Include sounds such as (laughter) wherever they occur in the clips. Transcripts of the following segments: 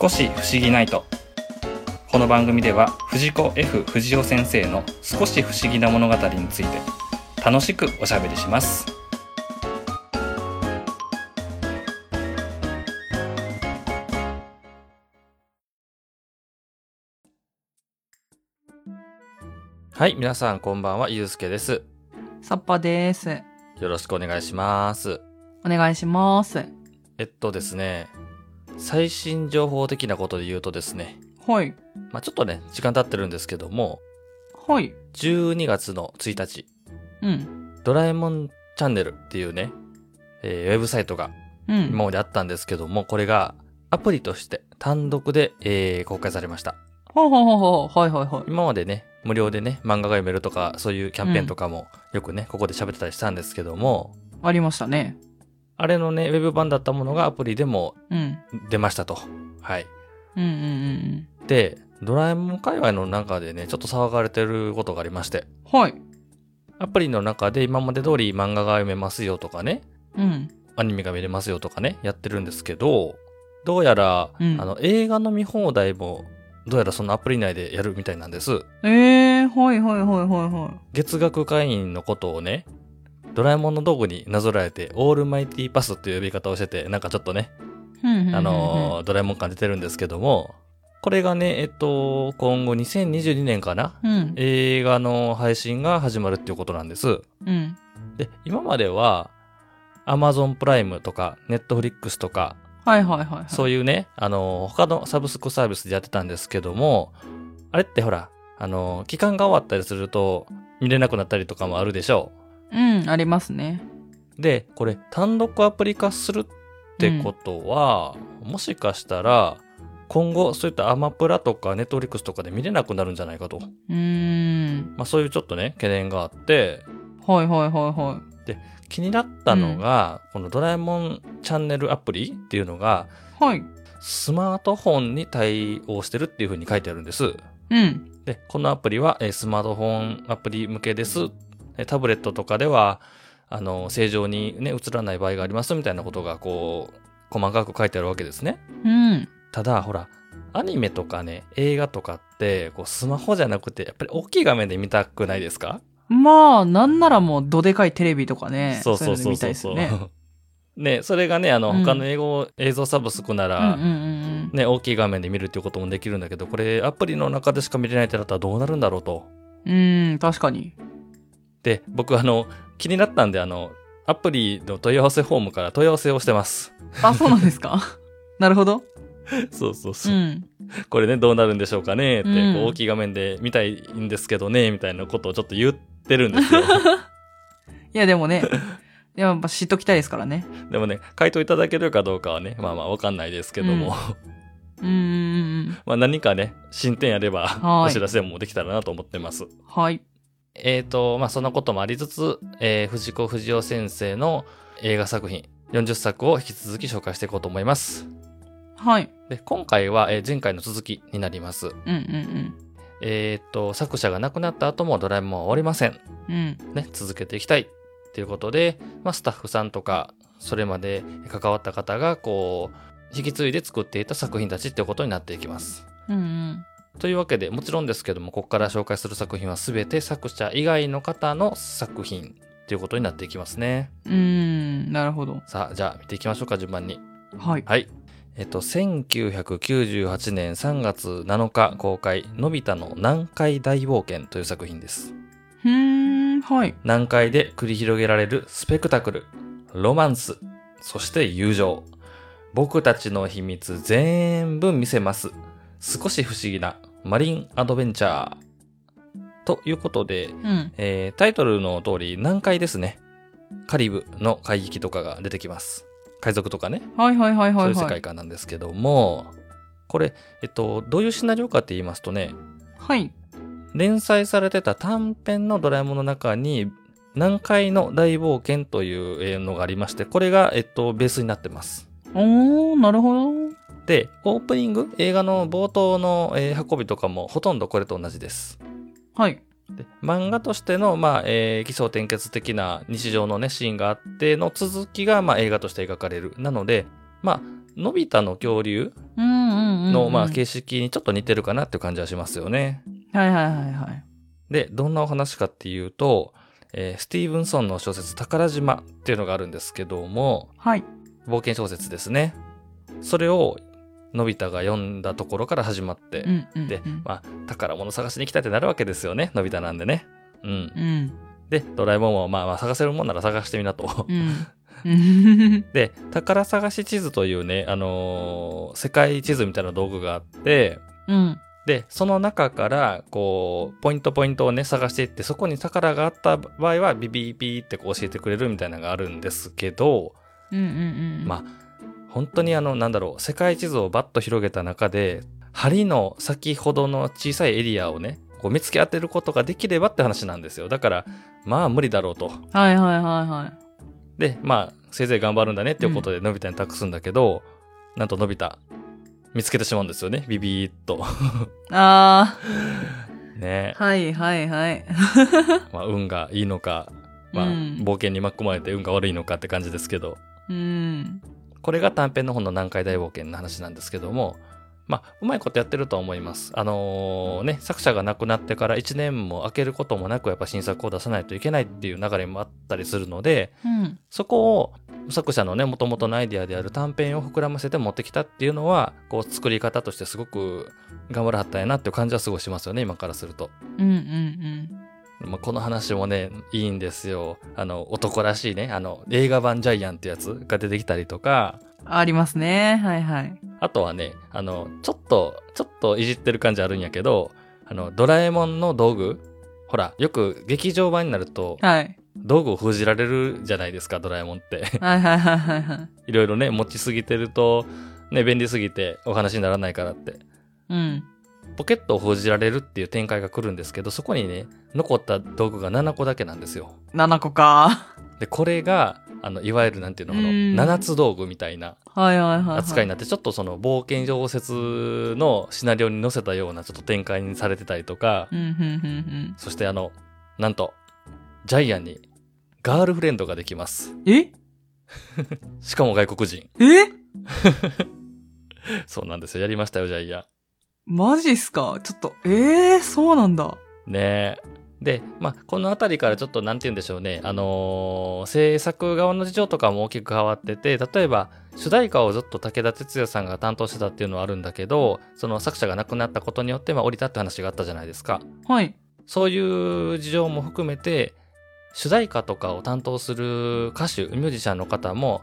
少し不思議ないとこの番組では藤子 F 不二雄先生の少し不思議な物語について楽しくおしゃべりしますはい皆さんこんばんはゆうすけですさっぱです。よろしくお願いしますお願いします。えっとですね最新情報的なことで言うとですねはい。まあちょっとね時間経ってるんですけどもはい。 12月の1日うん。ドラえもんチャンネルっていうね、えーウェブサイトがうん。今まであったんですけども、これがアプリとして単独で、えー公開されました。ほうほうほうほう。はいはいはい。今までね、無料でね、漫画が読めるとか、そういうキャンペーンとかも、よくね、ここで喋ってたりしたんですけども、ありましたね。あれのね、ウェブ版だったものがアプリでもうん。出ましたと。はい。うんうんうんで、ドラえもん界隈の中でね、ちょっと騒がれてることがありまして、うん。はい。アプリの中で今まで通り漫画が読めますよとかね、うん。アニメが見れますよとかね、やってるんですけど、どうやら、うんあの、映画の見放題も、どうやらそのアプリ内でやるみたいなんです。えー、はいはいはいはいは月額会員のことをね、ドラえもんの道具になぞらえて、オールマイティパスという呼び方をしてて、なんかちょっとね、い。うんうんうんうんあのー、ドラえもん感じてるんですけども、これがね、えっと、今後2022年かなうん。映画の配信が始まるっていうことなんです。うん。で、今までは、Amazon プライムとか、Netflix とか、はいはいはいはい。そういうね、あの、他のサブスクサービスでやってたんですけども、あれってほら、あの、期間が終わったりすると見れなくなったりとかもあるでしょうん、ありますね。う。で、これ単独アプリ化するってことは、もしかしたら、今後そういったアマプラとかネットフリックスとかで見れなくなるんじゃないかと。うーん。まあそういうちょっとね、懸念があって、はいはいはいは気になったのが、このドラえもんチャンネルアプリっていうのが、い。はい。スマートフォンに対応してるっていうふうに書いてあるんです。うん。で、このアプリは、えースマートフォンアプリ向けです。えータブレットとかでは、あの、正常にね、映らない場合がありますみたいなことが、こう、細かく書いてあるわけですね。うん。ただ、ほら、アニメとかね、映画とかって、こう、スマホじゃなくて、やっぱり大きい画面で見たくないですか、まあ、なんならもう、どでかいテレビとかね。いの見たいですよね。 (laughs) ね、それがね、あの、うん他の英語、映像サブスクなうら、んうんうんね、大きい画面で見るっていうこともできるんだけど、これ、アプリの中でしか見れないってなったらどうなるんだろうと。うん。うん、確かに。で、僕あの、気になったんで、あの、アプリの問い合わせフォームから問い合わせをしてます。あ、そうなんですか (laughs) なるほど。 (laughs) そうそうそうう。ん。これね、どうなるんでしょうかねって、うんこう大きい画面で見たいんですけどね、みたいなことをちょっと言ってるん (laughs) ですよ。いや、でもね、やっぱ知っときたいですからね。でもね、回答いただけるかどうかはね、まあまあわかんないですけども、うんうーん。まあ何かね、進展あれば、はおい知らせもできたらなと思ってます。はい。えーと、まあそのこともありつつ、えー藤子不二雄先生の映画作品、40作を引き続き紹介していこうと思います。はい。で今回は、えー前回の続きになります。うんうんえーっと、作者が亡くなった後もドラえもんは終わりません。うん。うん。ね、続けていきたい。ということで、まあ、スタッフさんとか、それまで関わった方が、こう、引き継いで作っていた作品たちってことになっていきます。うんうん。というわけで、もちろんですけども、ここから紹介する作品は全て作者以外の方の作品ということになっていきますね。うーん。なるほど。さあ、じゃあ見ていきましょうか、順番に。はい。はい。えっと、1998年3月7日公開、のび太の南海大冒険という作品です。うーん。はい。南海で繰り広げられるスペクタクル、ロマンス、そして友情。僕たちの秘密全部見せます。少し不思議なマリンアドベンチャー。ということで、うん。えータイトルの通り南海ですね。カリブの海域とかが出てきます。海賊とかね。はいはいはいそうはいいう世は界い。観なんですけども、これ、えっと、どういうシナリオかって言いますとね、はい。連載されてた短編のドラえもんの中に、南海の大冒険というえーのがありまして、これが、えっと、ベースになってます。おー、なるほど。で、オープニング、映画の冒頭の、えー運びとかもほとんどこれと同じです。はい。で漫画としての、まあ、えー、奇想転結的な日常のね、シーンがあっての続きが、まあ、映画として描かれる。なので、まあ、のび太の恐竜うんうんうんうん。の、まあ、形式にちょっと似てるかなっていう感じはしますよね。はいはいはいはい。で、どんなお話かっていうと、えースティーブンソンの小説宝島っていうのがあるんですけども、はい。冒険小説ですね。それを、のび太が読んだところから始まって、うんうんうん。で、まあ、宝物探しに行きたいってなるわけですよね、のび太なんでね。うん。うん。で、ドラえもんも、まあまあ、探せるもんなら探してみなと。うん。うん。で、宝探し地図というね、あのー世界地図みたいな道具があって、うん。で、その中から、こう、ポイントポイントをね、探していって、そこに宝があった場合は、ビビビってこう教えてくれるみたいなのがあるんですけど、うんうんうん。まあ、本当にあの、なんだろう、世界地図をバッと広げた中で、針の先ほどの小さいエリアをね、こう見つけ当てることができればって話なんですよ。だから、まあ無理だろうと。はいはいはいはい。で、まあ、せいぜい頑張るんだねっていうことで、のび太に託すんだけど、なんとのび太、見つけてしまうんですよね、ビビーっと。 (laughs) あねあ、はいはいはい。まあ、運がいいのか、まあ、うん冒険に巻き込まれて運が悪いのかって感じですけど、うん。これが短編の本の南海大冒険の話なんですけども、まあ、うまいことやってるとは思います。あのーね、作者が亡くなってから1年も空けることもなく、やっぱ新作を出さないといけないっていう流れもあったりするので、うん。そこを作者のね、もともとのアイデアである短編を膨らませて持ってきたっていうのは、こう、作り方としてすごく頑張らはったんやなっていう感じはすごいしますよね、今からすると。うんうんまあ、この話もね、いいんですよ。あの、男らしいね、あの、映画版ジャイアンってやつが出てきたりとか、うん。ありますね。はいはい。あとはね、あの、ちょっと、ちょっといじってる感じあるんやけど、あの、ドラえもんの道具、ほら、よく劇場版になると、はい。道具を封じられるじゃないですか、ドラえもんって。 (laughs) はいはいはいはいはい。いろいろね、持ちすぎてると、ね、便利すぎてお話にならないからって。うん。ポケットを封じられるっていう展開が来るんですけど、そこにね、残った道具が7個だけなんですよ。 7個か。で、これが、あの、いわゆるなんていうのかな、うん7つ道具みたいなはいはいはい、はい。扱いになって、ちょっとその冒険小説のシナリオに載せたようなちょっと展開にされてたりとか、うんうんうんそしてあの、なんと、ジャイアンにガールフレンドができます。うん。えしかも外国人。えそうなんですよ。やりましたよ、ジャイアン。マジっすかちょっと、ええー、そうなんだ。ねえ。で、まあ、この辺りからちょっとなんて言うんでしょうね。あのー制作側の事情とかも大きく変わってて、例えば、主題歌をずっと武田鉄矢さんが担当してたっていうのはあるんだけど、その作者が亡くなったことによって、まあ、降りたって話があったじゃないですか。はい。そういう事情も含めて、主題歌とかを担当する歌手、ミュージシャンの方も、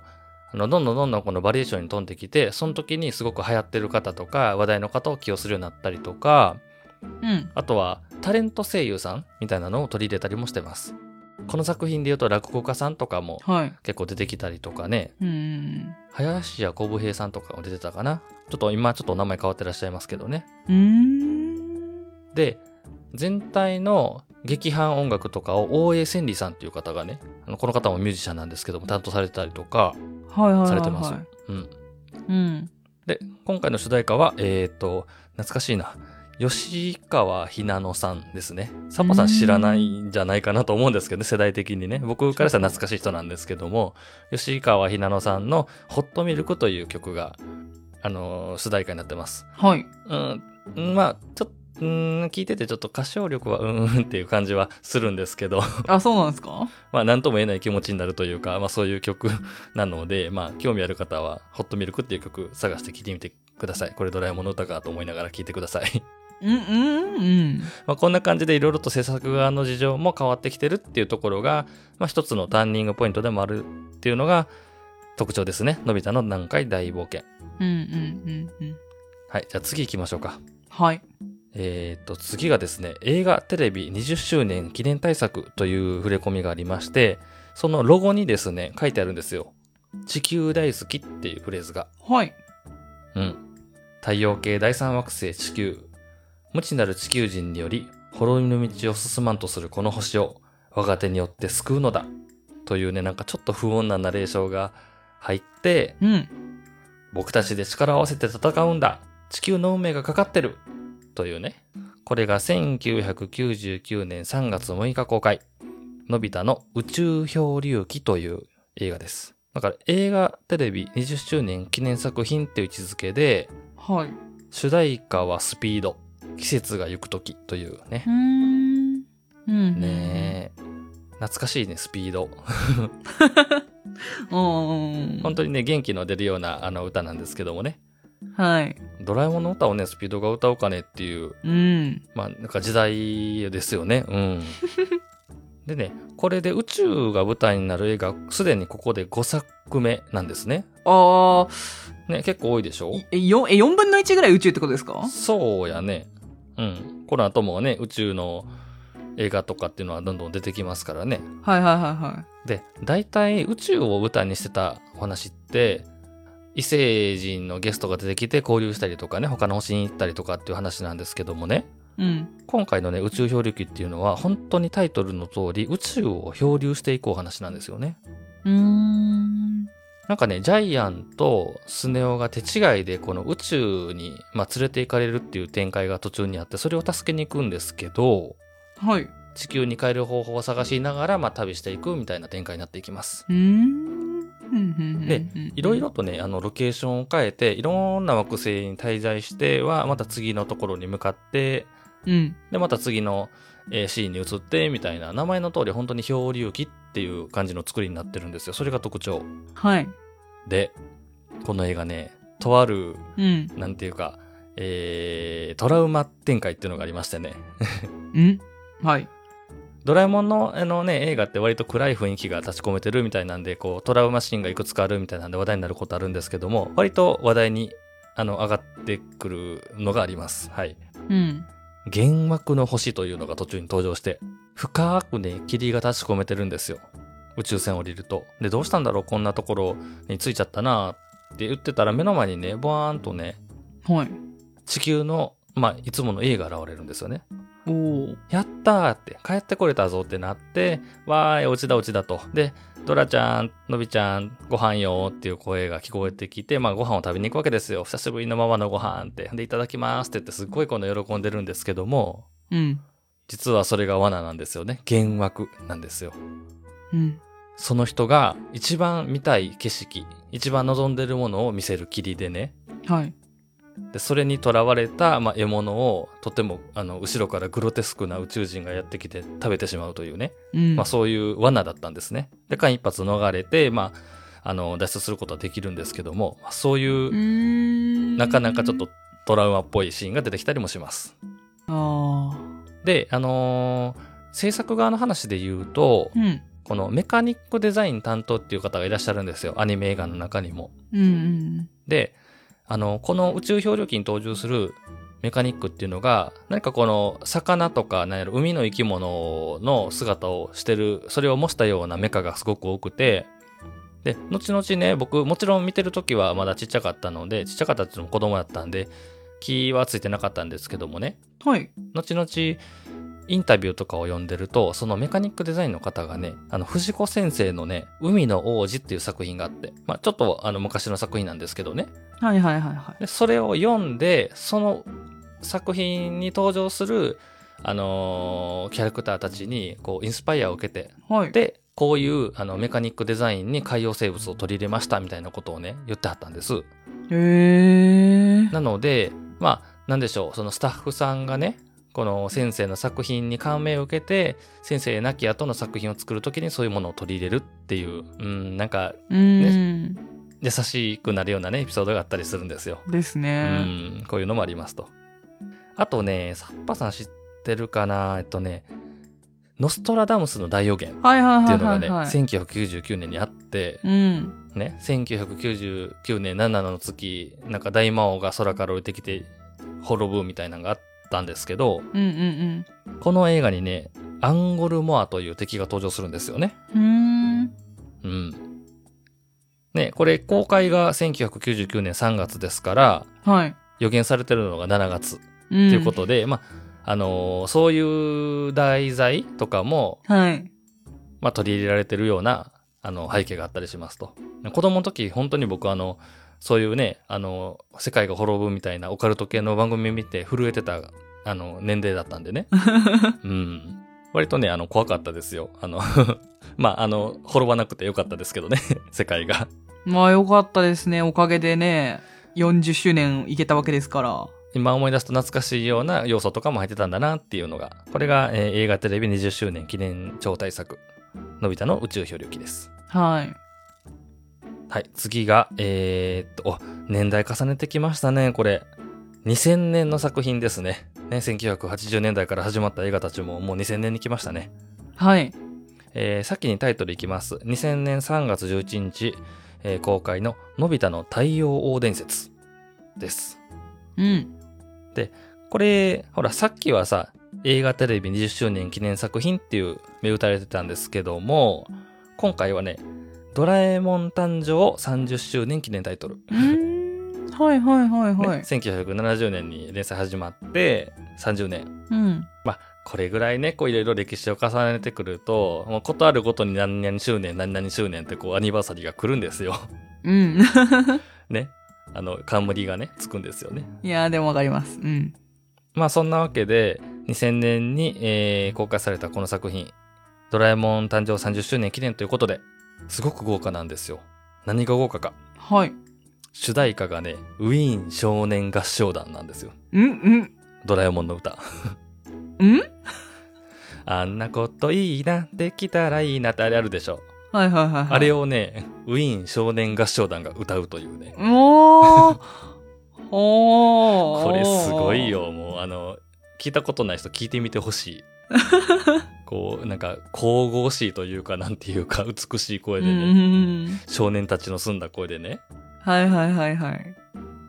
あのどんどんどんどんこのバリエーションに富んできて、その時にすごく流行ってる方とか、話題の方を起用するようになったりとか、うん。あとはタレント声優さんみたいなのを取り入れたりもしてます。この作品で言うと落語家さんとかもはい。結構出てきたりとかね、うん。林家小武平さんとかも出てたかな。ちょっと今ちょっとお名前変わってらっしゃいますけどね。うーん。で、全体の劇伴音楽とかを大江千里さんっていう方がね、あのこの方もミュージシャンなんですけども担当されてたりとか、はいはいはい、はい。されてますうん。うん。で、今回の主題歌は、えっ、と、懐かしいな。吉川ひなのさんですね。サポさん知らないんじゃないかなと思うんですけどね、世代的にね。僕からしたら懐かしい人なんですけども、吉川ひなのさんのホットミルクという曲が、あのー主題歌になってます。はい。うん、まあ、ちょっと、うーん、聞いててちょっと歌唱力は、うんうんっていう感じはするんですけど、あ、そうなんですかまあ、なんとも言えない気持ちになるというか、まあ、そういう曲 (laughs) なので、まあ、興味ある方は、ホットミルクっていう曲探して聴いてみてください。これドラえもんの歌かと思いながら聴いてください。 (laughs) うん、うん、うん。まあ、こんな感じでいろいろと制作側の事情も変わってきてるっていうところが、まあ、一つのターニングポイントでもあるっていうのが特徴ですね。のび太の南海大冒険。うん、うん、うん、うん。はい。じゃあ次行きましょうか。はい。えー、と、次がですね、映画テレビ20周年記念大作という触れ込みがありまして、そのロゴにですね、書いてあるんですよ。地球大好きっていうフレーズが。はい。うん。太陽系第三惑星地球。無知なる地球人により、滅びの道を進まんとするこの星を、我が手によって救うのだ。というね、なんかちょっと不穏なナレーションが入って、うん。僕たちで力を合わせて戦うんだ地球の運命がかかってるというね。これが1999年3月6日公開。のび太の宇宙漂流記という映画です。だから映画テレビ20周年記念作品っていう位置づけで、はい。う主題歌はスピード、季節が行く時というねー。ん。うん。ねえ懐かしいね、スピード。え。うん。本当にね、元気の出るようなあの歌なんですけどもね。はい。ドラえもんの歌をね、スピードが歌おうかねっていう、うん。まあ、なんか時代ですよね。 (laughs) うん。でね、これで宇宙が舞台になる映画、すでにここで5作目なんですね。ああ、ね、結構多いでしょえ、4、え、4分の1ぐらい宇宙ってことですかそうやね。うん。この後もね、宇宙の映画とかっていうのはどんどん出てきますからね。はいはいはで、大体宇宙を舞台にしてたお話って、異星人のゲストが出てきて交流したりとかね、他の星に行ったりとかっていう話なんですけどもね、いはい。うん。今回のね、宇宙漂流記っていうのは本当にタイトルの通り宇宙を漂流していくお話なんですよね。うーん。なんかね、ジャイアンとスネ夫が手違いでこの宇宙に、まあ、連れて行かれるっていう展開が途中にあって、それを助けに行くんですけど、はい。う地球に帰る方法を探しながら、まあ、旅していくみたいな展開になっていきます。ーん。うんうんでいろいろ。とね、あの、ロケーションを変えて、いろんな惑星に滞在しては、また次のところに向かって、うん。で、また次の、えーシーンに移って、みたいな、名前の通り本当に漂流記っていう感じの作りになってるんですよ。それが特徴。はい。で、この映画ね、とある、うん。なんていうか、えー、トラウマ展開っていうのがありましてね。うんはい。ドラえもんのあの、ね、映画って割と暗い雰囲気が立ち込めてるみたいなんでこうトラウマシーンがいくつかあるみたいなんで話題になることあるんですけども割と話題にあの上がってくるのがあります。はいうん。幻惑の星というのが途中に登場して深くね霧が立ち込めてるんですよ宇宙船降りるとでどうしたんだろうこんなところに着いちゃったなって言ってたら目の前にねボワーンとねはい。地球の、まあ、いつもの A が現れるんですよねおー。やったーって、帰ってこれたぞってなって、わーい、落ちだ落ちだと。で、ドラちゃん、のびちゃん、ご飯よーっていう声が聞こえてきて、まあご飯を食べに行くわけですよ。久しぶりのママのご飯って。で、いただきますって言って、すっごいこの喜んでるんですけども、うん。実はそれが罠なんですよね。幻惑なんですよ。うん。その人が一番見たい景色、一番望んでるものを見せる霧でね。はい。で、それにとらわれた、まあ、獲物を、とても、あの、後ろからグロテスクな宇宙人がやってきて食べてしまうというね。うん。まあ、そういう罠だったんですね。で、間一髪逃れて、まあ、あの、脱出することはできるんですけども、まあそううーいう、ん。なかなかちょっと。トラウマっぽいシーンが出てきたりもします。あで、あのー制作側の話で言うとあ。う、ん。このメカニックデザイン担当っていう方がいらっしゃるんですよ。アニメ映画の中にも。うん。で、あの、この宇宙漂流記に登場するメカニックっていうのが、何かこの魚とか、なんやろ、海の生き物の姿をしてる、それを模したようなメカがすごく多くて、で、後々ね、僕、もちろん見てる時はまだちっちゃかったので、ちっちゃかったっていうのも子供だったんで、気はついてなかったんですけどもね、うん。はい。後々、インタビューとかを読んでると、そのメカニックデザインの方がね、あの、藤子先生のね、海の王子っていう作品があって、まあちょっとあの、昔の作品なんですけどね、はいはいはいはい。でそれを読んでその作品に登場する、あのーキャラクターたちにこうインスパイアを受けてはい。、でこういうあのメカニックデザインに海洋生物を取り入れましたみたいなことをね言ってはったんですへえ。なのでまあなんでしょうそのスタッフさんがねこの先生の作品に感銘を受けて先生亡き後の作品を作る時にそういうものを取り入れるっていううんなんかうん。優しくなるようなねエピソードがあったりするんですよですうね。ん、こういうのもありますと。あとね、サッパさん知ってるかなえっとね、ノストラダムスの大予言っはいはいてはいいうのがはね、いはい。 1999年にあって、うん。ね、1999年7の月、なんか大魔王が空から降りてきて滅ぶみたいなのがあったんですけど、うんうんこの映画にね、アンゴルモアという敵が登場するんですよね。うん。うーん。うん。ね、これ公開が1999年3月ですから、はい。予言されてるのが7月。とっていうことで、まあ、あのーそういう題材とかも、はい。まあ、取り入れられてるような、あの、背景があったりしますと。子供の時、本当に僕、あの、そういうね、あの、世界が滅ぶみたいなオカルト系の番組見て震えてた、あの、年齢だったんでね。うん。割とね、あの、怖かったですよ。あの、 (laughs) まあ、あの、滅ばなくてよかったですけどね、 (laughs) 世界が。まあよかったですね。おかげでね、40周年いけたわけですから。今思い出すと懐かしいような要素とかも入ってたんだなっていうのが、これが、えー映画テレビ20周年記念超大作、のび太の宇宙漂流記です。はい。はい、次が、えーっと、お年代重ねてきましたね、これ。2000年の作品ですね。ね、1980年代から始まった映画たちももう2000年に来ましたね。はい。えー先にタイトルいきます。2000年3月11日、えー公開ののび太の太陽王伝説です。うん。これ、ほら、さっきはさ、映画テレビ20周年記念作品っていう目打たれてたんですけども、今回はね、ドラえもん誕生30周年記念タイトル。うーん。はいはいはいねはい。 1970年に連載始まって30年うん。まあこれぐらいねこういろいろ歴史を重ねてくるともうことあるごとに何々周年何々周年ってこうアニバーサリーが来るんですよ (laughs) うん。 (laughs) ねあの冠がねつくんですよねいやーでもわかります。うん。まあそんなわけで2000年に、えー公開されたこの作品「ドラえもん誕生30周年記念」ということですごく豪華なんですよ何が豪華かはい。主題歌がねウィーン少年合唱団なんですようんドラえもんの歌うん。うんあんなこといいな、できたらいいなってあれあるでしょ。はいはいはいはい。あれをね、ウィーン少年合唱団が歌うというね。お (laughs) ー。おー。これすごい。よ、もうあの、聞いたことない人聞いてみてほし (laughs) い。こう、なんか、神々しいというか、なんていうか、美しい声うんでうね、んうん。少年たちの澄んだ声でね、はいはいはいはい。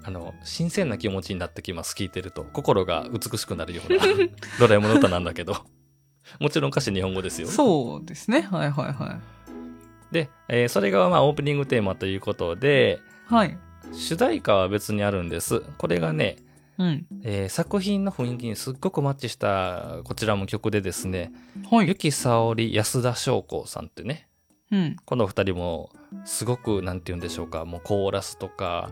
あの、新鮮な気持ちになってきます、聞いてると。心が美しくなるよ (laughs) うな、ドラえもんの歌なんだけど。もちろん歌詞日本語ですよ。そうですね。はいはいはで、えーそれがまあオープニングテーマということで、い。はい。主題歌は別にあるんです。これがね、うん。えー作品の雰囲気にすっごくマッチしたこちらも曲でですね、はゆい。きさおり安田翔子さんってね、うん。この二人もすごく、なんて言うんでしょうか、もうコーラスとか、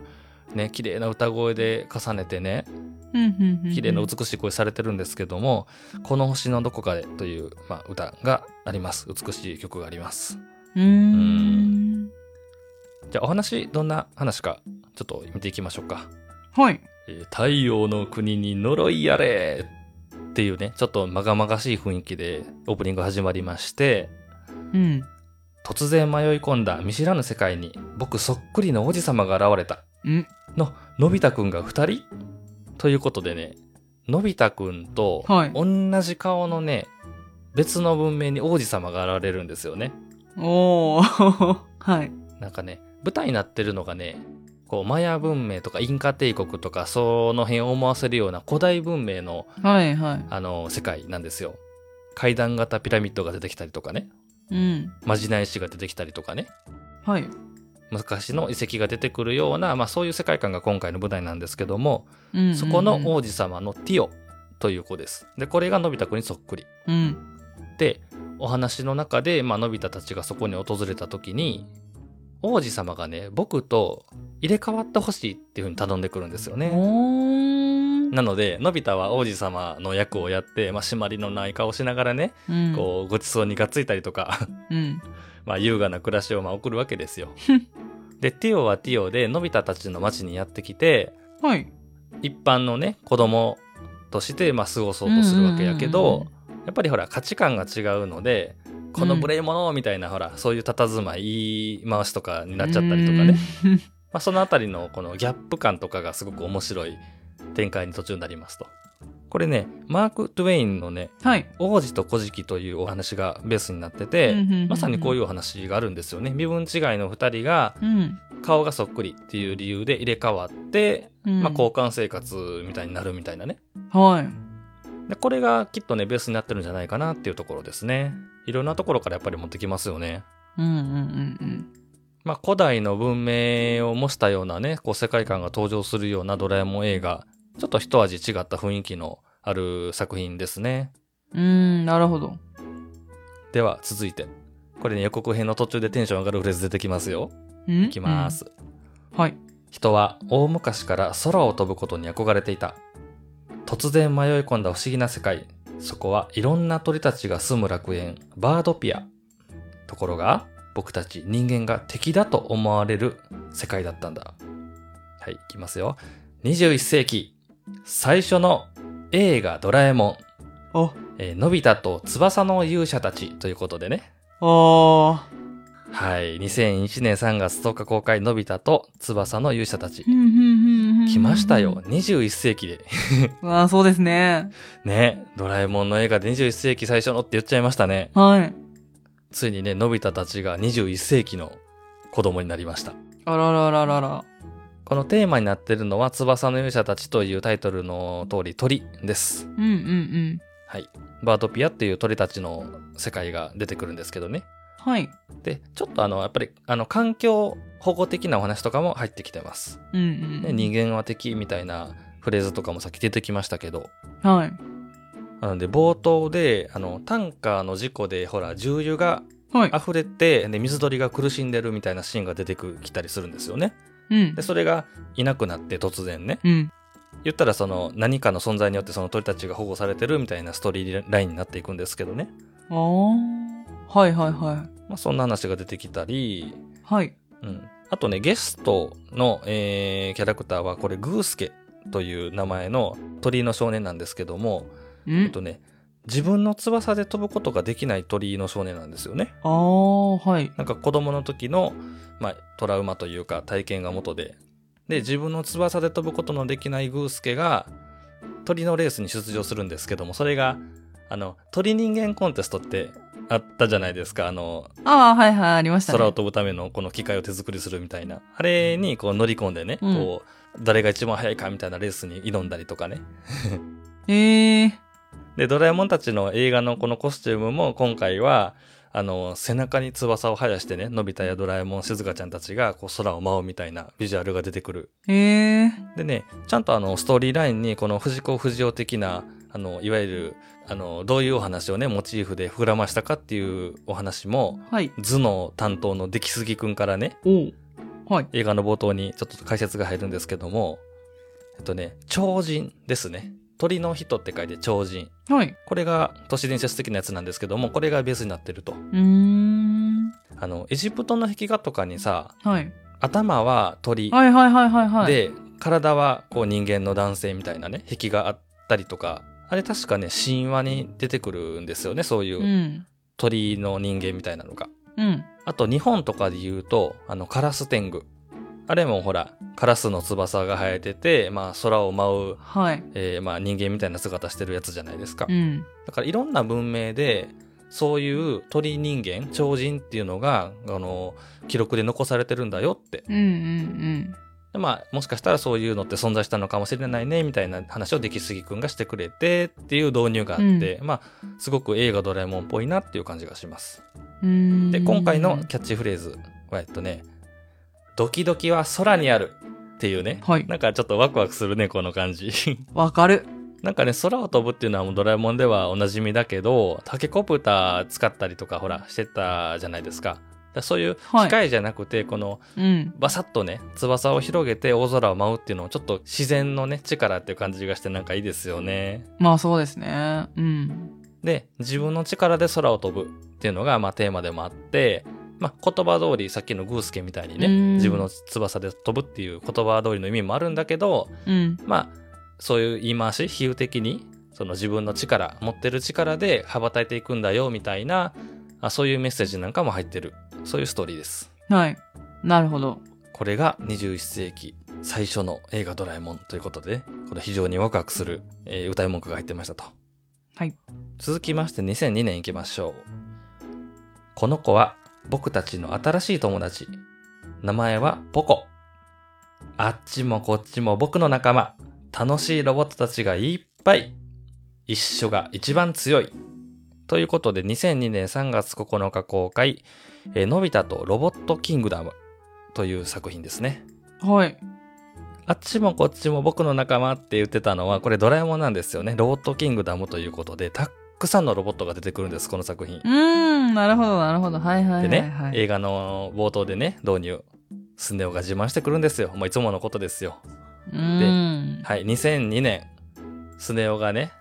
ね、綺麗な歌声で重ねてね、うんうんうんうん。綺麗な美しい声されてるんですけども、この星のどこかでという、まあ、歌があります。美しい曲があります。うーん。じゃあお話、どんな話か、ちょっと見ていきましょうか。はい。えー太陽の国に呪いやれっていうね、ちょっとまがまがしい雰囲気でオープニング始まりまして、うん。突然迷い込んだ見知らぬ世界に僕そっくりの王子様が現れた。んの、のび太くんが二人ということでね、のび太くんとはい同じ顔のね、別の文明に王子様が現れるんですよね。おー。 (laughs) はい。なんかね、舞台になってるのがね、こうマヤ文明とかインカ帝国とかその辺を思わせるような古代文明のはいはい。あの世界なんですよ。階段型ピラミッドが出てきたりとかね、うん。まじない石が出てきたりとかね、はい。昔の遺跡が出てくるような、まあ、そういう世界観が今回の舞台なんですけども、うんうんうんそこの王子様のティオという子です。で、これがのび太くんにそっくり。うん。で、お話の中で、まあのび太たちがそこに訪れた時に、王子様がね、僕と入れ替わってほしいっていうふうに頼んでくるんですよね。おー。なので、のび太は王子様の役をやって、まあ、締まりのない顔しながらね、うん。こう、ごちそうにがっついたりとか、 (laughs) うん。まあ、優雅な暮らしをまあ送るわけです (laughs) よ。で、ティオはティオで、のび太たちの町にやってきて、はい。一般のね、子供として、まあ、過ごそうとするわけやけうんうんどうん、やっぱりほら、価値観が違うので、この無礼者みたいな、ほら、そういう佇まい、言い回しとかになっちゃったりとかね。うん。まあ、そのあたりのこのギャップ感とかがすごく面白い展開に途中になりますと。これね、マーク・トゥェインのね、はい。王子と古事記というお話がベースになってて、うんうんうんうんまさにこういうお話があるんですよね。身分違いの二人がうん。顔がそっくりっていう理由で入れ替わって、うんまあ交換生活みたいになるみたいなね。はい。で、これがきっとね、ベースになってるんじゃないかなっていうところですね。いろんなところからやっぱり持ってきますよね。うんうんうんまあ古代の文明を模したようなね、こう世界観が登場するようなドラえもん映画、ちょっと一味違った雰囲気のある作品ですね。うん。うん、なるほど。では続いて。これね、予告編の途中でテンション上がるフレーズ出てきますよ。うんいきま。す。うんはい。人は大昔から空を飛ぶことに憧れていた。突然迷い込んだ不思議な世界。そこはいろんな鳥たちが住む楽園、バードピア。ところが、僕たち人間が敵だと思われる世界だったんだ。はい、いきますよ。21世紀、最初の映画ドラえもん、あ、えーのび太と翼の勇者たちということでね。あー。はい、2001年3月10日公開、のび太と翼の勇者たちふ。んふんふんふん来ましたよ。。21世紀で。 (laughs) あー、そうですね。ね、ドラえもんの映画で21世紀最初のって言っちゃいましたね。はい。ついにね、のび太たちが21世紀の子供になりました。あららららら。このテーマになってるのは、翼の勇者たちというタイトルの通り、鳥です。うんうんうん。はい。バートピアっていう鳥たちの世界が出てくるんですけどね。はい。で、ちょっとあの、やっぱり、あの、環境保護的なお話とかも入ってきてます。うんうん。ね、人間は敵みたいなフレーズとかもさっき出てきましたけど。はい。なので、冒頭で、あの、タンカーの事故で、ほら、重油がはい。溢れて、で、水鳥が苦しんでるみたいなシーンが出てく、きたりするんですよね。うんで、。それがいなくなって突然ね。うん。言ったらその何かの存在によってその鳥たちが保護されてるみたいなストーリーラインになっていくんですけどね、あー。はいはいはまあ、そんな話が出てきたり、い。はい。うん、あとねゲストの、えーキャラクターはこれグースケという名前の鳥の少年なんですけども、うえっんと。ね、自分の翼で飛ぶことができない鳥の少年なんですよねあー、はい。なんか子供の時の、まあ、トラウマというか体験が元でで自分の翼で飛ぶことのできないグースケが鳥のレースに出場するんですけどもそれがあの鳥人間コンテストってあったじゃないですかあのああ、はいはい、ありましたね。空を飛ぶためのこの機械を手作りするみたいなあれにこう乗り込んでね、うんこう誰が一番速いかみたいなレースに挑んだりとかねええー。でドラえもんたちの映画のこのコスチュームも今回はあの背中に翼を生やしてねのび太やドラえもんしずかちゃんたちがこう空を舞うみたいなビジュアルが出てくるええー。でねちゃんとあのストーリーラインにこの藤子不二雄的なあのいわゆるあのどういうお話をねモチーフで膨らましたかっていうお話もはい。頭脳担当の出来すぎくんからねおうはい。映画の冒頭にちょっと解説が入るんですけどもえっとね超人ですね鳥の人って書いて超人はい。これが都市伝説的なやつなんですけどもこれがベースになってるとうーん。あのエジプトの壁画とかにさはい。頭は鳥、はいはいはいはいはい。、。で体はこう人間の男性みたいなね壁があったりとかあれ確かね神話に出てくるんですよねそういううん鳥の人間みたいなのが、うん。あと日本とかで言うとあのカラス天狗あれもほらカラスの翼が生えてて、まあ、空を舞う、はい。えーまあ、人間みたいな姿してるやつじゃないですか、うん。だからいろんな文明でそういう鳥人間超人っていうのがあの記録で残されてるんだよってうんうんうん。でまあもしかしたらそういうのって存在したのかもしれないねみたいな話を出来すぎくんがしてくれてっていう導入があって、まあすごく映画「ドラえもん」っぽいなっていう感じがします。うーんで今回のキャッチフレーズはえっとね「ドキドキは空にある」っていうね、はいなんかちょっとワクワクするねこの感じ。わかる。なんかね、空を飛ぶっていうのはもうドラえもんではおなじみだけど、タケコプター使ったりとか、ほら、してたじゃないですか。だからそういうはい機械じゃなくて、このうん。バサッとね、翼を広げて大空を舞うっていうのをちょっと自然のね、力っていう感じがしてなんかいいですよね。まあそうですね。うん。で、自分の力で空を飛ぶっていうのが、まあテーマでもあって、まあ言葉通りさっきのグースケみたいにね、うん自分の翼で飛ぶっていう言葉通りの意味もあるんだけど、うん。まあそういう言い回し比喩的にその自分の力持ってる力で羽ばたいていくんだよみたいなあそういうメッセージなんかも入ってるそういうストーリーですはい。なるほど。これが21世紀最初の映画「ドラえもん」ということでこれ非常にワクワクする、えー歌い文句が入ってましたとはい続きまして2002年いきましょうこの子は僕たちの新しい友達名前はポコあっちもこっちも僕の仲間楽しいロボットたちがいっぱい一緒が一番強いということで2002年3月9日公開「えーのび太とロボットキングダム」という作品ですねはい。あっちもこっちも僕の仲間って言ってたのはこれドラえもんなんですよねロボットキングダムということでたっくさんのロボットが出てくるんですこの作品うーん。なるほど、なるほど。はいはいではね、い、はい。映画の冒頭でね導入スネ夫が自慢してくるんですよ、まあ、いつものことですようーん。はい2002年スネ夫がね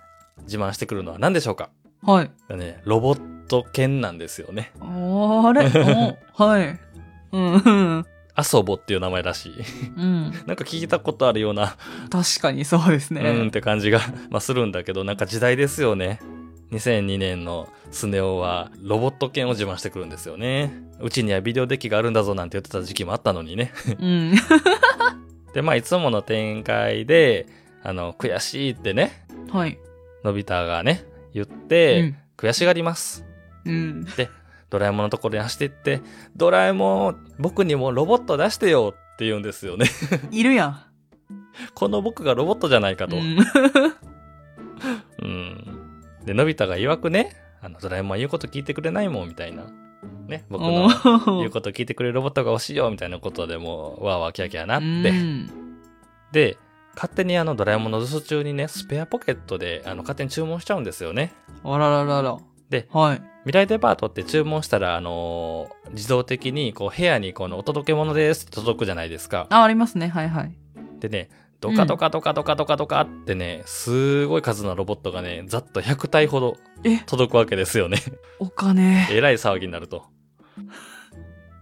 自慢してくるのは何でしょうかはい。ねロボット犬なんですよね。おー (laughs) あれおはい。うんうん。アソボっていう名前らしい。 (laughs) うん。なんか聞いたことあるような、確かにそうですね。うんって感じが、 (laughs) まあ、するんだけど、なんか時代ですよね。2002年のスネ夫はロボット犬を自慢してくるんですよね。うちにはビデオデッキがあるんだぞなんて言ってた時期もあったのにね。 (laughs) うん。で、まあ、いつもの展開で、あの、悔しいってね、はい。のび太がね、言っうて、ん。悔しがります。うん。ドラえもんのところに走っていって、ドラえもん、僕にもロボット出してよって言うんですよね。 (laughs) いるやん。この僕がロボットじゃないかと。ううん。んで、のび太が曰くね、あの、ドラえもんは言うこと聞いてくれないもん、みたいな。ね、僕おの言うーこと聞いてくれるロボットが欲しいよ、みたいなことでもう、わーわーキャーキャーなって。うんで、勝手にあのドラえもんの留守中にね、スペアポケットであの勝手に注文しちゃうんですよね。あらららら。ではい。未来デパートって注文したら、あのー自動的にこう部屋にこのお届け物ですって届くじゃないですか。あ、ありますね。はいはい。でね、ドカドカドカドカドカドカってね、すごい数のロボットがね、ざっと100体ほどえ届くわけですよね。お金。えらい騒ぎになると。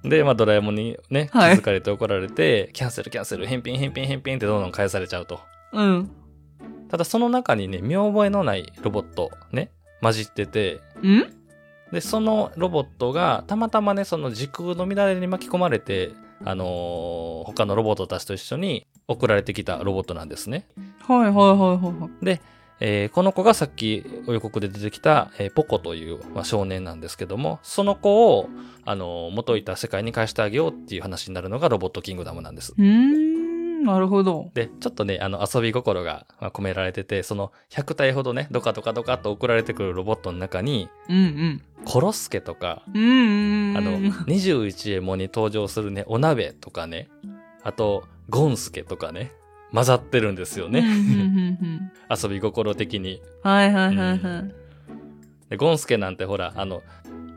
で、まあドラえもんにね、気はいづかれて怒られて、キャンセルキャンセル、返品返品返品ってどんどん返されちゃうと。うん。ただその中にね、見覚えのないロボットね、混じってて、うんで、そのロボットがたまたまね、その時空の乱れに巻き込まれて、あのー他のロボットたちと一緒に送られてきたロボットなんですね。はいはいはいはいはい。えーこの子がさっき予告で出てきた、えーポコという、まあ、少年なんですけども、その子を、あのー元いた世界に返してあげようっていう話になるのがロボットキングダムなんです。うーん、なるほど。で、ちょっとね、あの、遊び心がまあ込められてて、その100体ほどね、ドカドカドカっと送られてくるロボットの中に、うんコロスケとか、うん。うんうん。あの、21エモに登場するね、お鍋とかね、あと、ゴンスケとかね、混ざってるんですようんね。うんうんうん遊び心的に。はいはいはいはうい。でゴンスケなんてほら、あの、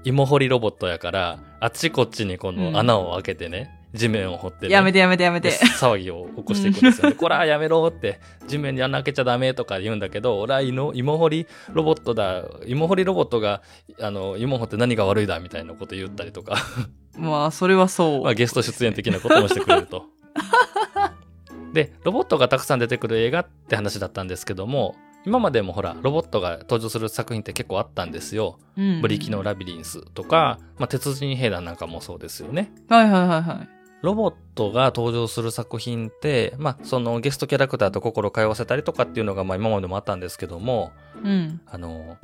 芋掘りロボットやから、あっちこっちにこの穴を開けてね、地面を掘って、ね、やめてやめてやめでて。騒ぎを起こしていくんです (laughs) よね。こら、やめろって、地面に穴開けちゃダメとか言うんだけど、俺は芋芋掘りロボットだ、芋掘りロボットが、あの、芋掘って何が悪いだみたいなこと言ったりとか。 (laughs) まあ、それはそう。まあ、ゲスト出演的なこともしてくれる (laughs) と。で、ロボットがたくさん出てくる映画って話だったんですけども、今までもほら、ロボットが登場する作品って結構あったんですよ。うんブリキのラビリンスとか、まあ、鉄人兵団なんかもそうですよね。はいはいはいはい。ロボットが登場する作品って、まあ、そのゲストキャラクターと心を通わせたりとかっていうのが、まあ、今までもあったんですけども、うん。あの、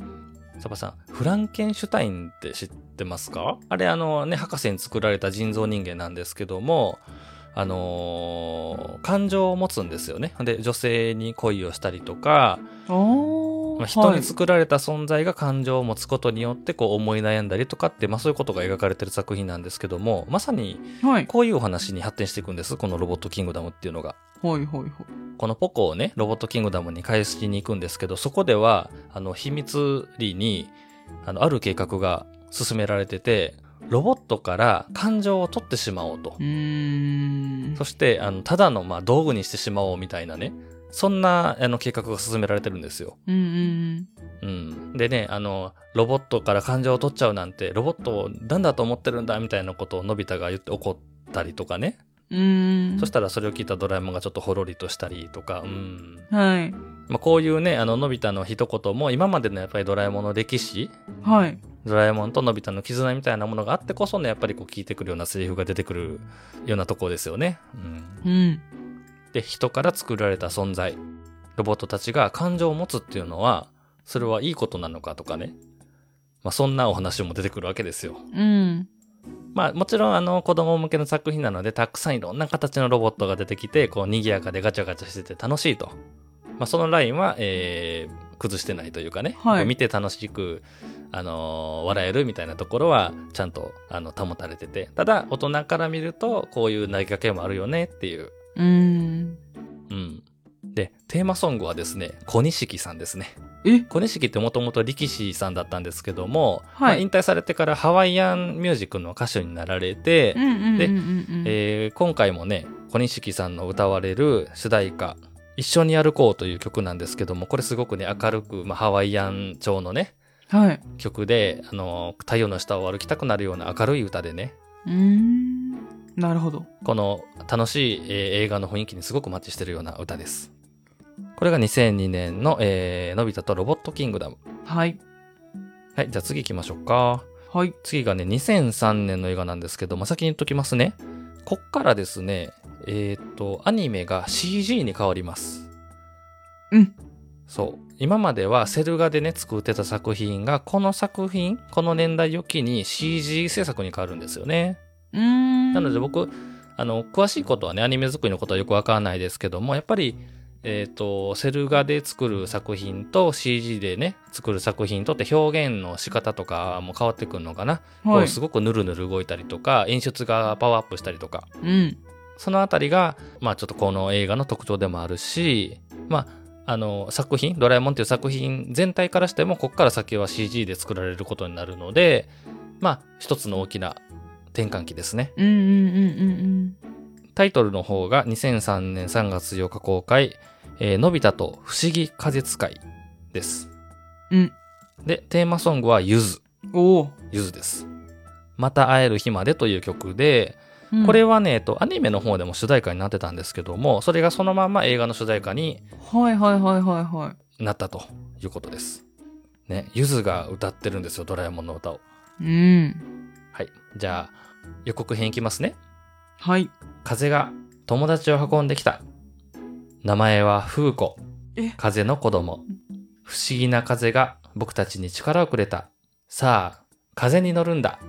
サバさん、フランケンシュタインって知ってますかあれ、あのね、博士に作られた人造人間なんですけども、あのー感情を持つんですよね。で、女性に恋をしたりとか、あーまあ、人はいに作られた存在が感情を持つことによって、こう思い悩んだりとかって、まあそういうことが描かれてる作品なんですけども、まさにはい。こういうお話に発展していくんです。このロボットキングダムっていうのが。はいはいはい。このポコをね、ロボットキングダムに返しに行くんですけど、そこでは、あの、秘密裏に、あの、ある計画が進められてて、ロボットから感情を取ってしまおうとう。ーんそ。して、あの、ただの、まあ、道具にしてしまおうみたいなね、そんな、あの、計画が進められてるんですよ。うんうんうん。でね、あの、ロボットから感情を取っちゃうなんて、ロボットを何だと思ってるんだみたいなことをのび太が言って怒ったりとかね。うん。うーん。そしたらそれを聞いたドラえもんがちょっとほろりとしたりとか、うん。はい。まあ、こういうね、あの、のび太の一言も、今までのやっぱりドラえもんの歴史、はい。ドラえもんとのび太の絆みたいなものがあってこそね、やっぱりこう聞いてくるようなセリフが出てくるようなところですよね。うん。うん。で、人から作られた存在。ロボットたちが感情を持つっていうのは、それはいいことなのかとかね。まあ、そんなお話も出てくるわけですよ。うん。まあ、もちろん、あの、子供向けの作品なので、たくさんいろんな形のロボットが出てきて、こう、賑やかでガチャガチャしてて楽しいと。まあ、そのラインは、えー、崩してないというかね。はいこう見て楽しく、あのー笑えるみたいなところは、ちゃんと、あの、保たれてて。ただ、大人から見ると、こういう投げかけもあるよねっていう。うーん。うん。で、テーマソングはですね、小錦さんですね。え小錦ってもともと力士さんだったんですけども、まはいあ引退されてからハワイアンミュージックの歌手になられて、うんうんうんでうんうん。えー今回もね小錦さんの歌われる主題歌「一緒に歩こう」という曲なんですけどもこれすごくね明るく、まあ、ハワイアン調のねはい。曲で、あの、太陽の下を歩きたくなるような明るい歌でね、うーん。なるほど。この楽しい、えー映画の雰囲気にすごくマッチしてるような歌です。これが2002年の、えーのび太とロボットキングダム。はい。はい、じゃあ次行きましょうか。はい。次がね、2003年の映画なんですけど、まあ、先に言っときますね。こっからですね、えーっと、アニメが CG に変わります。うん。そう。今まではセル画でね、作ってた作品が、この作品、この年代を機に CG 制作に変わるんですよね。うーん。なので、僕、あの、詳しいことはね、アニメ作りのことはよくわからないですけども、やっぱり、えっ、と、セル画で作る作品と CG でね、作る作品とって表現の仕方とかも変わってくるのかな。はこ。いうすごくぬるぬる動いたりとか、演出がパワーアップしたりとか、うん。そのあたりが、まあちょっとこの映画の特徴でもあるし、まあ、あの、作品、ドラえもんっていう作品全体からしても、こっから先は CG で作られることになるので、まあ、一つの大きな転換期ですね。うんうんうんうんタイトルの方が2003年3月8日公開、えーのび太と不思議風使いです。うん。で、テーマソングはゆず、うん。おお。ゆずです。また会える日までという曲で、うんこれはね、えっと、アニメの方でも主題歌になってたんですけども、それがそのまんま映画の主題歌にはいはいはいはいはなったということです。ね、ゆずが歌ってるんですよ、ドラえもんの歌を。い。うん。はい。じゃあ、予告編いきますね。はい。風が友達を運んできた。名前は風子え。風の子供。不思議な風が僕たちに力をくれた。さあ、風に乗るんだ。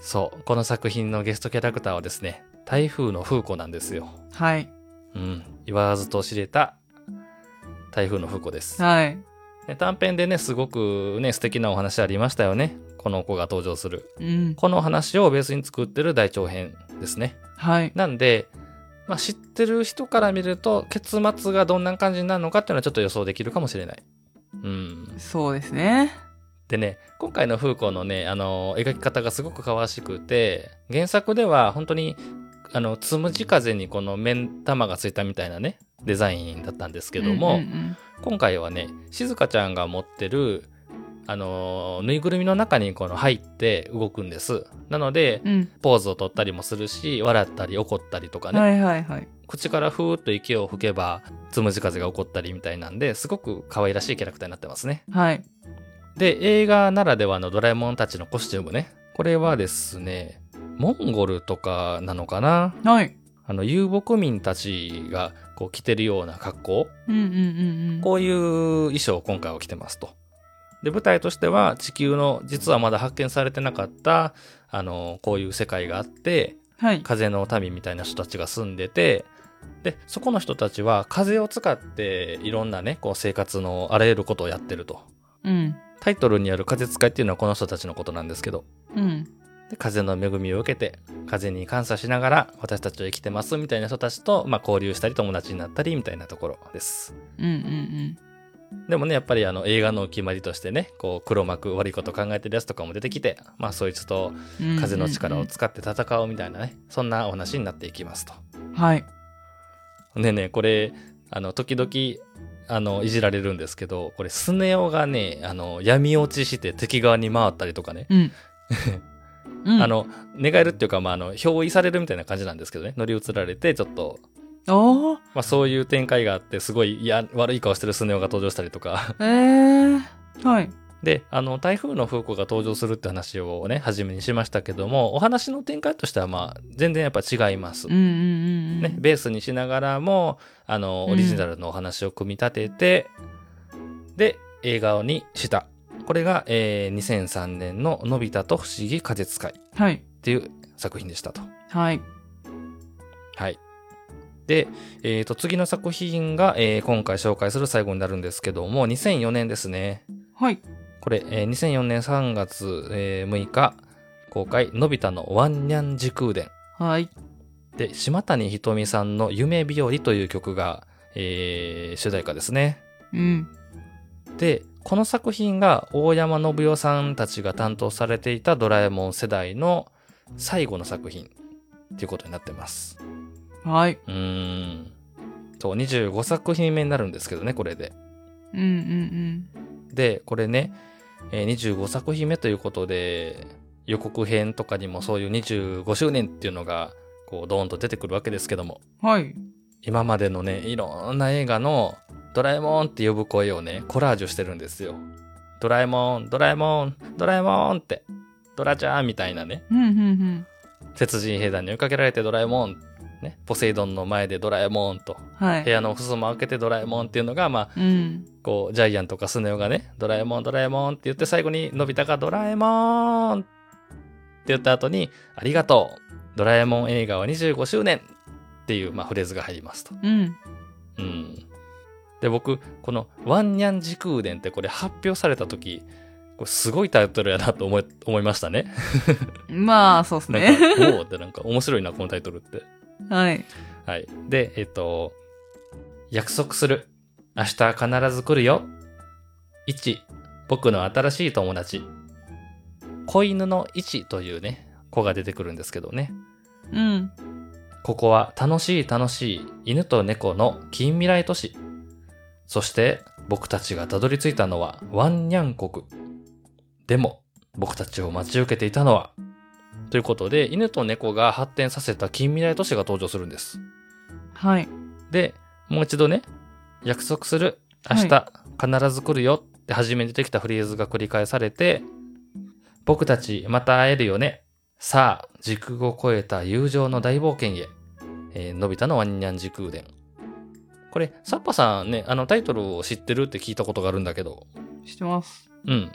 そう、この作品のゲストキャラクターはですね、台風の風子なんですよ。はい。うん、言わずと知れた台風の風子です。はい。ね短編でね、すごくね、素敵なお話ありましたよね。この子が登場する。うん。この話をベースに作ってる大長編ですね。はい。なんで、まあ、知ってる人から見ると、結末がどんな感じになるのかっていうのはちょっと予想できるかもしれない。うん。そうですね。でね、今回の風子のね、あの、描き方がすごく可愛しくて、原作では本当に、あの、つむじ風にこの目ん玉がついたみたいなね、デザインだったんですけども、うんうん今回はね、しずかちゃんが持ってる、あの、ぬいぐるみの中にこの入って動くんです。なので、うん、ポーズを取ったりもするし、笑ったり怒ったりとかうんね、はいはいはい。口からふーっと息を吹けばつむじ風が起こったりみたいなんですごく可愛らしいキャラクターになってますねはい。で映画ならではのドラえもんたちのコスチュームねこれはですねモンゴルとかなのかなはい。あの遊牧民たちがこう着てるような格好うんうんうんうん。こういう衣装を今回は着てますとで舞台としては地球の実はまだ発見されてなかったあのこういう世界があってはい。風の民みたいな人たちが住んでてでそこの人たちは風を使っていろんなねこう生活のあらゆることをやってるとうん。タイトルにある「風使い」っていうのはこの人たちのことなんですけどうん。で風の恵みを受けて風に感謝しながら私たちを生きてますみたいな人たちと、まあ、交流したり友達になったりみたいなところですうんうんでもねやっぱりあの映画のお決まりとしてねこう黒幕悪いこと考えてるやつとかも出てきてまあそいつとうん。風の力うんうをん使って戦おうみたいなねそんなお話になっていきますとうんはい。ねえねえこれあの時々あのいじられるんですけどこれスネ夫がねあの闇落ちして敵側に回ったりとかね、うん。うんあ、の寝返るっていうか、まあ、あの憑依されるみたいな感じなんですけどね乗り移られてちょっと、おーまあ、そういう展開があってすごいいや悪い顔してるスネ夫が登場したりとか (laughs) えー。はい。であの台風の風子が登場するって話をね初めにしましたけどもお話の展開としては、まあ、全然やっぱ違いますうん。うんうんうん。ね、ベースにしながらもあのうんオリジナルのお話を組み立てて、で映画にしたこれが、えー2003年の「のび太と不思議風使い」っはい。ていう作品でしたと。はい。はいで、えー、と次の作品が、えー今回紹介する最後になるんですけども2004年ですねはい。これ、えー2004年3月、えー6日公開「のび太のワンニャン時空伝」はい。で島谷ひとみさんの「夢日和」という曲が、えー主題歌ですねうん。でこの作品が大山信代さんたちが担当されていた「ドラえもん」世代の最後の作品っていうことになってますはい。うーんそう25作品目になるんですけどねこれでうんうんでこれねえー25作品目ということで、予告編とかにもそういう25周年っていうのが、こう、ドーンと出てくるわけですけども、はい。今までのね、いろんな映画の、ドラえもんって呼ぶ声をね、コラージュしてるんですよ。ドラえもん、ドラえもん、ドラえもんって、ドラちゃんみたいなね。うんうんうん。鉄人兵団に追いかけられてドラえもん、ね、ポセイドンの前でドラえもんと、はい。部屋の襖を開けてドラえもんっていうのが、まあ、うん。こう、ジャイアンとかスネ夫がね、ドラえもん、ドラえもんって言って最後に、のび太がドラえもんって言った後に、ありがとうドラえもん映画は25周年っていう、まあ、フレーズが入りますと。うん。うん。で、僕、この、ワンニャン時空伝ってこれ発表された時、これすごいタイトルやなと思い、 (laughs) 思いましたね。まあ、そうですなんねか。、おおってなんか面白いな、このタイトルって。はい。はい。で、えっと、約束する。明日必ず来るよ。1、僕の新しい友達。子犬の1というね、子が出てくるんですけどね。うん。ここは楽しい楽しい犬と猫の近未来都市。そして僕たちがたどり着いたのはワンニャン国。でも僕たちを待ち受けていたのは。ということで犬と猫が発展させた近未来都市が登場するんです。はい。で、もう一度ね、約束する。明日必ず来るよって初めに出てきたフレーズが繰り返されて、僕たちまた会えるよね。さあ、時空を超えた友情の大冒険へ。えーのび太のワンニャン時空伝。これ、サッパさんね、あのタイトルを知ってるって聞いたことがあるんだけど。知ってます。うん。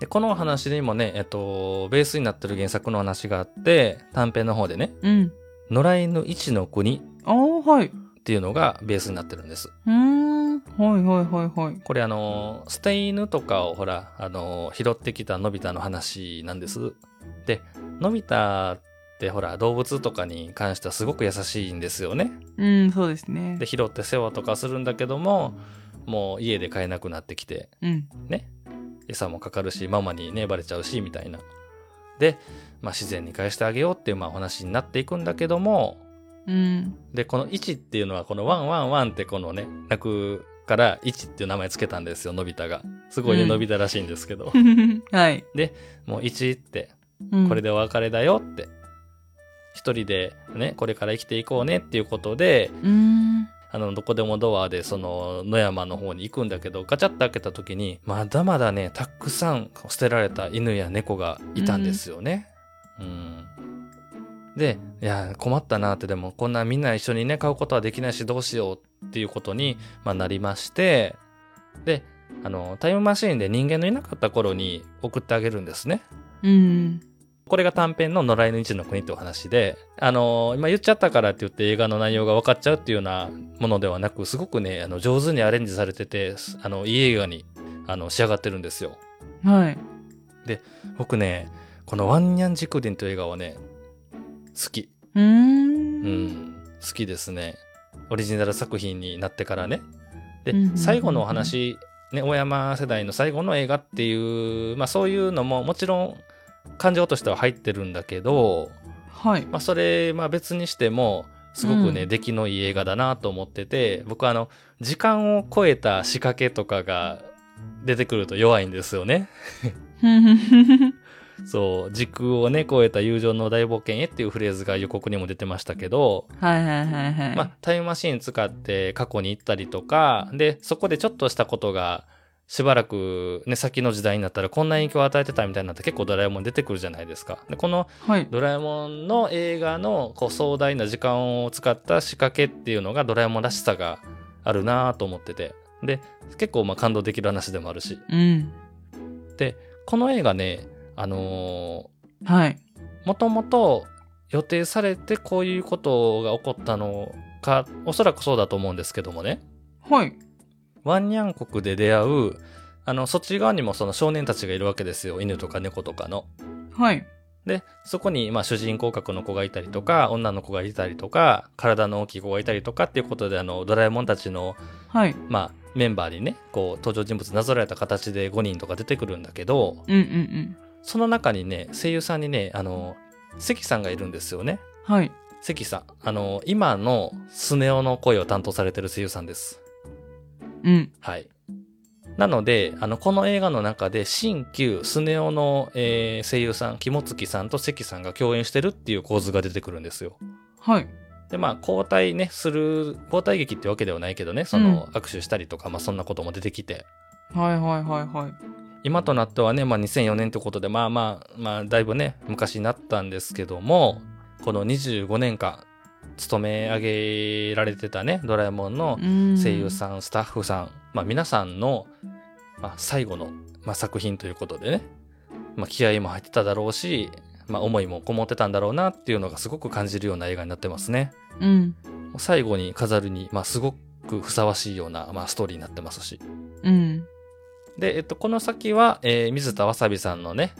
で、このお話にもね、えっと、ベースになってる原作の話があって、短編の方でね、うん。野良犬一の国ああ、はい。っていうのがベースになってるんです。うーん。はいはいはいはい。これあの、捨て犬とかをほら、あの、拾ってきたのび太の話なんです。で、のび太ってほら、動物とかに関してはすごく優しいんですよね。うん、そうですねで、。拾って世話とかするんだけども、もう家で飼えなくなってきて、うん。ね。餌もかかるし、ママにね、バレちゃうし、みたいな。で、まあ自然に返してあげようっていう、まあお話になっていくんだけども、うん。 (laughs) で、この1っていうのは、このワンワンワンってこのね、泣くから1っていう名前つけたんですよ、のび太が。すごいね、うんのび太らしいんですけど。はい。もう1って、うんこれ。でお別れだよって。一人でね、これから生きていこうねっていうことで、うーん。あの、どこでもドアで、その、野山の方に行くんだけど、ガチャッと開けた時に、まだまだね、たくさん捨てられた犬や猫がいたんですよね。うん。で、いや、困ったなって、でも、こんなみんな一緒にね、買うことはできないし、どうしようっていうことに、まあ、なりまして、で、あの、タイムマシーンで人間のいなかった頃に送ってあげるんですね。うん。これが短編の野良犬一の国ってお話で、あのー今言っちゃったからって言って映画の内容が分かっちゃうっていうようなものではなく、すごくね、あの、上手にアレンジされてて、すあの、いい映画に、あの、仕上がってるんですよ。はい。僕ね、このワンニャンジクデンという映画はね、好き。うー。うんん、好きですね。オリジナル作品になってからね。でうんうんうんう、ん最後のお話、ね、大山世代の最後の映画っていう、まあそういうのももちろん感情としては入ってるんだけど、はい。まあ、それ、まあ、別にしてもすごくね、うん出来のいい映画だなと思ってて僕はあの時間を超えた仕掛けとかが出てくると弱いんですよね。そう時空をね超えた友情の大冒険へっていうフレーズが予告にも出てましたけど、はいはいはいはい。まあ、タイムマシン使って過去に行ったりとかでそこでちょっとしたことがしばらく、ね、先の時代になったらこんな影響を与えてたみたいになって結構ドラえもん出てくるじゃないですか。でこのはい。ドラえもんの映画のこう壮大な時間を使った仕掛けっていうのがドラえもんらしさがあるなぁと思ってて。で、結構まあ感動できる話でもあるし。うん。この映画ね、あのはい。ー、もともと予定されてこういうことが起こったのか、おそらくそうだと思うんですけどもね。はい。ワンニャン国で出会う、あの、そっち側にもその少年たちがいるわけですよ。犬とか猫とかの。はい。で、そこに、まあ、主人公格の子がいたりとか、女の子がいたりとか、体の大きい子がいたりとかっていうことで、あの、ドラえもんたちの、はい。まあ、メンバーにね、こう、登場人物なぞらえた形で5人とか出てくるんだけど、うんうんうん。その中にね、声優さんにね、あの、関さんがいるんですよね。はい。関さん。あの、今のスネ夫の声を担当されてる声優さんです。うん。はい。なので、あの、この映画の中で、新旧スネ夫の、えー声優さん、肝月さんと関さんが共演してるっていう構図が出てくるんですよ。はい。で、まあ、交代ね、する、交代劇ってわけではないけどね、その、握手したりとか、まあ、そんなことも出てきて、はいはいはいはい。今となってはね、まあ、2004年ってことで、まあまあ、まあ、だいぶね、昔になったんですけども、この25年間、勤め上げられてたね、ドラえもんの声優ん。さん、スタッフさん、まあ、皆さんの、まあ、最後の、まあ、作品ということでね、まあ、気合も入ってただろうし、まあ、思いもこもってたんだろうなっていうのがすごく感じるような映画になってますね。うん。最後に飾るに、まあ、すごくふさわしいような、まあ、ストーリーになってますし。うん。で、えっと、この先は、えー水田わさびさんのね、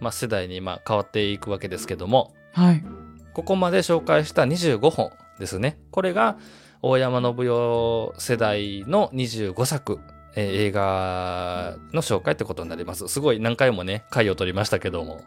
まあ、世代に、まあ、変わっていくわけですけども、はい。ここまで紹介した25本ですね。これが、大山信代世代の25作、えー映画の紹介ってことになります。すごい何回もね、回を取りましたけど (laughs) も。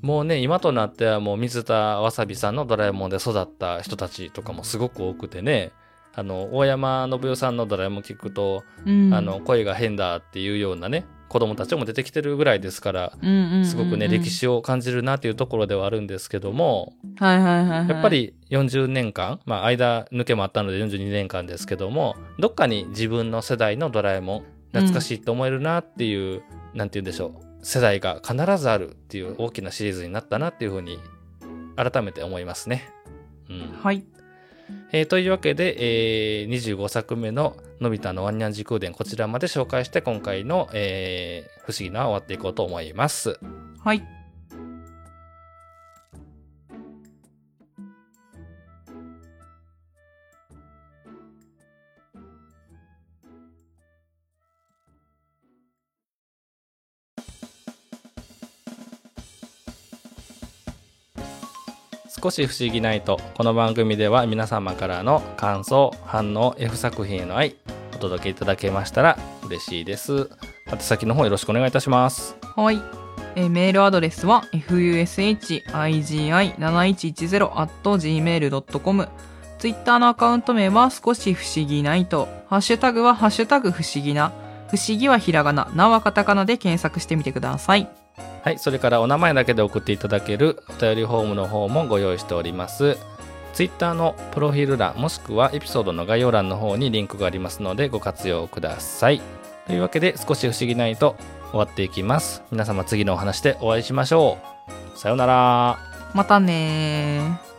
もうね、今となってはもう水田わさびさんのドラえもんで育った人たちとかもすごく多くてね、あの、大山信代さんのドラえもん聞くと、うん。あの、声が変だっていうようなね、子供たちも出てきてるぐらいですから、うんうんうんうん、すごくね、歴。史を感じるなっていうところではあるんですけども、はいはいはい、はい。やっぱ。り40年間、まあ間抜けもあったので42年間ですけども、どっかに自分の世代のドラえもん、懐かしいと思えるなっていう、なんて言うんでしょう、世代が必ずあるっていう大きなシリーズになったなっていうふうに、改めて思いますね。うん。はい。えーというわけで、えー25作目の「のび太のワンニャン時空伝」こちらまで紹介して今回の、えー不思議な」終わっていこうと思います。はい。少し不思議ないとこの番組では皆様からの感想反応 F 作品への愛お届けいただけましたら嬉しいです。宛先の方よろしくお願いいたします。はい。えーメールアドレスは fushigi7110.gmail.com。ツイッターのアカウント名は少し不思議ないと。ハッシュタグはハッシュタグ不思議な。不思議はひらがな、なはカタカナで検索してみてください。はい、それからお名前だけで送っていただけるお便りフォームの方もご用意しております。Twitter のプロフィール欄もしくはエピソードの概要欄の方にリンクがありますのでご活用ください。というわけで少し不思議ないと終わっていきます。皆様次のお話でお会いしましょう。さようなら。またねー。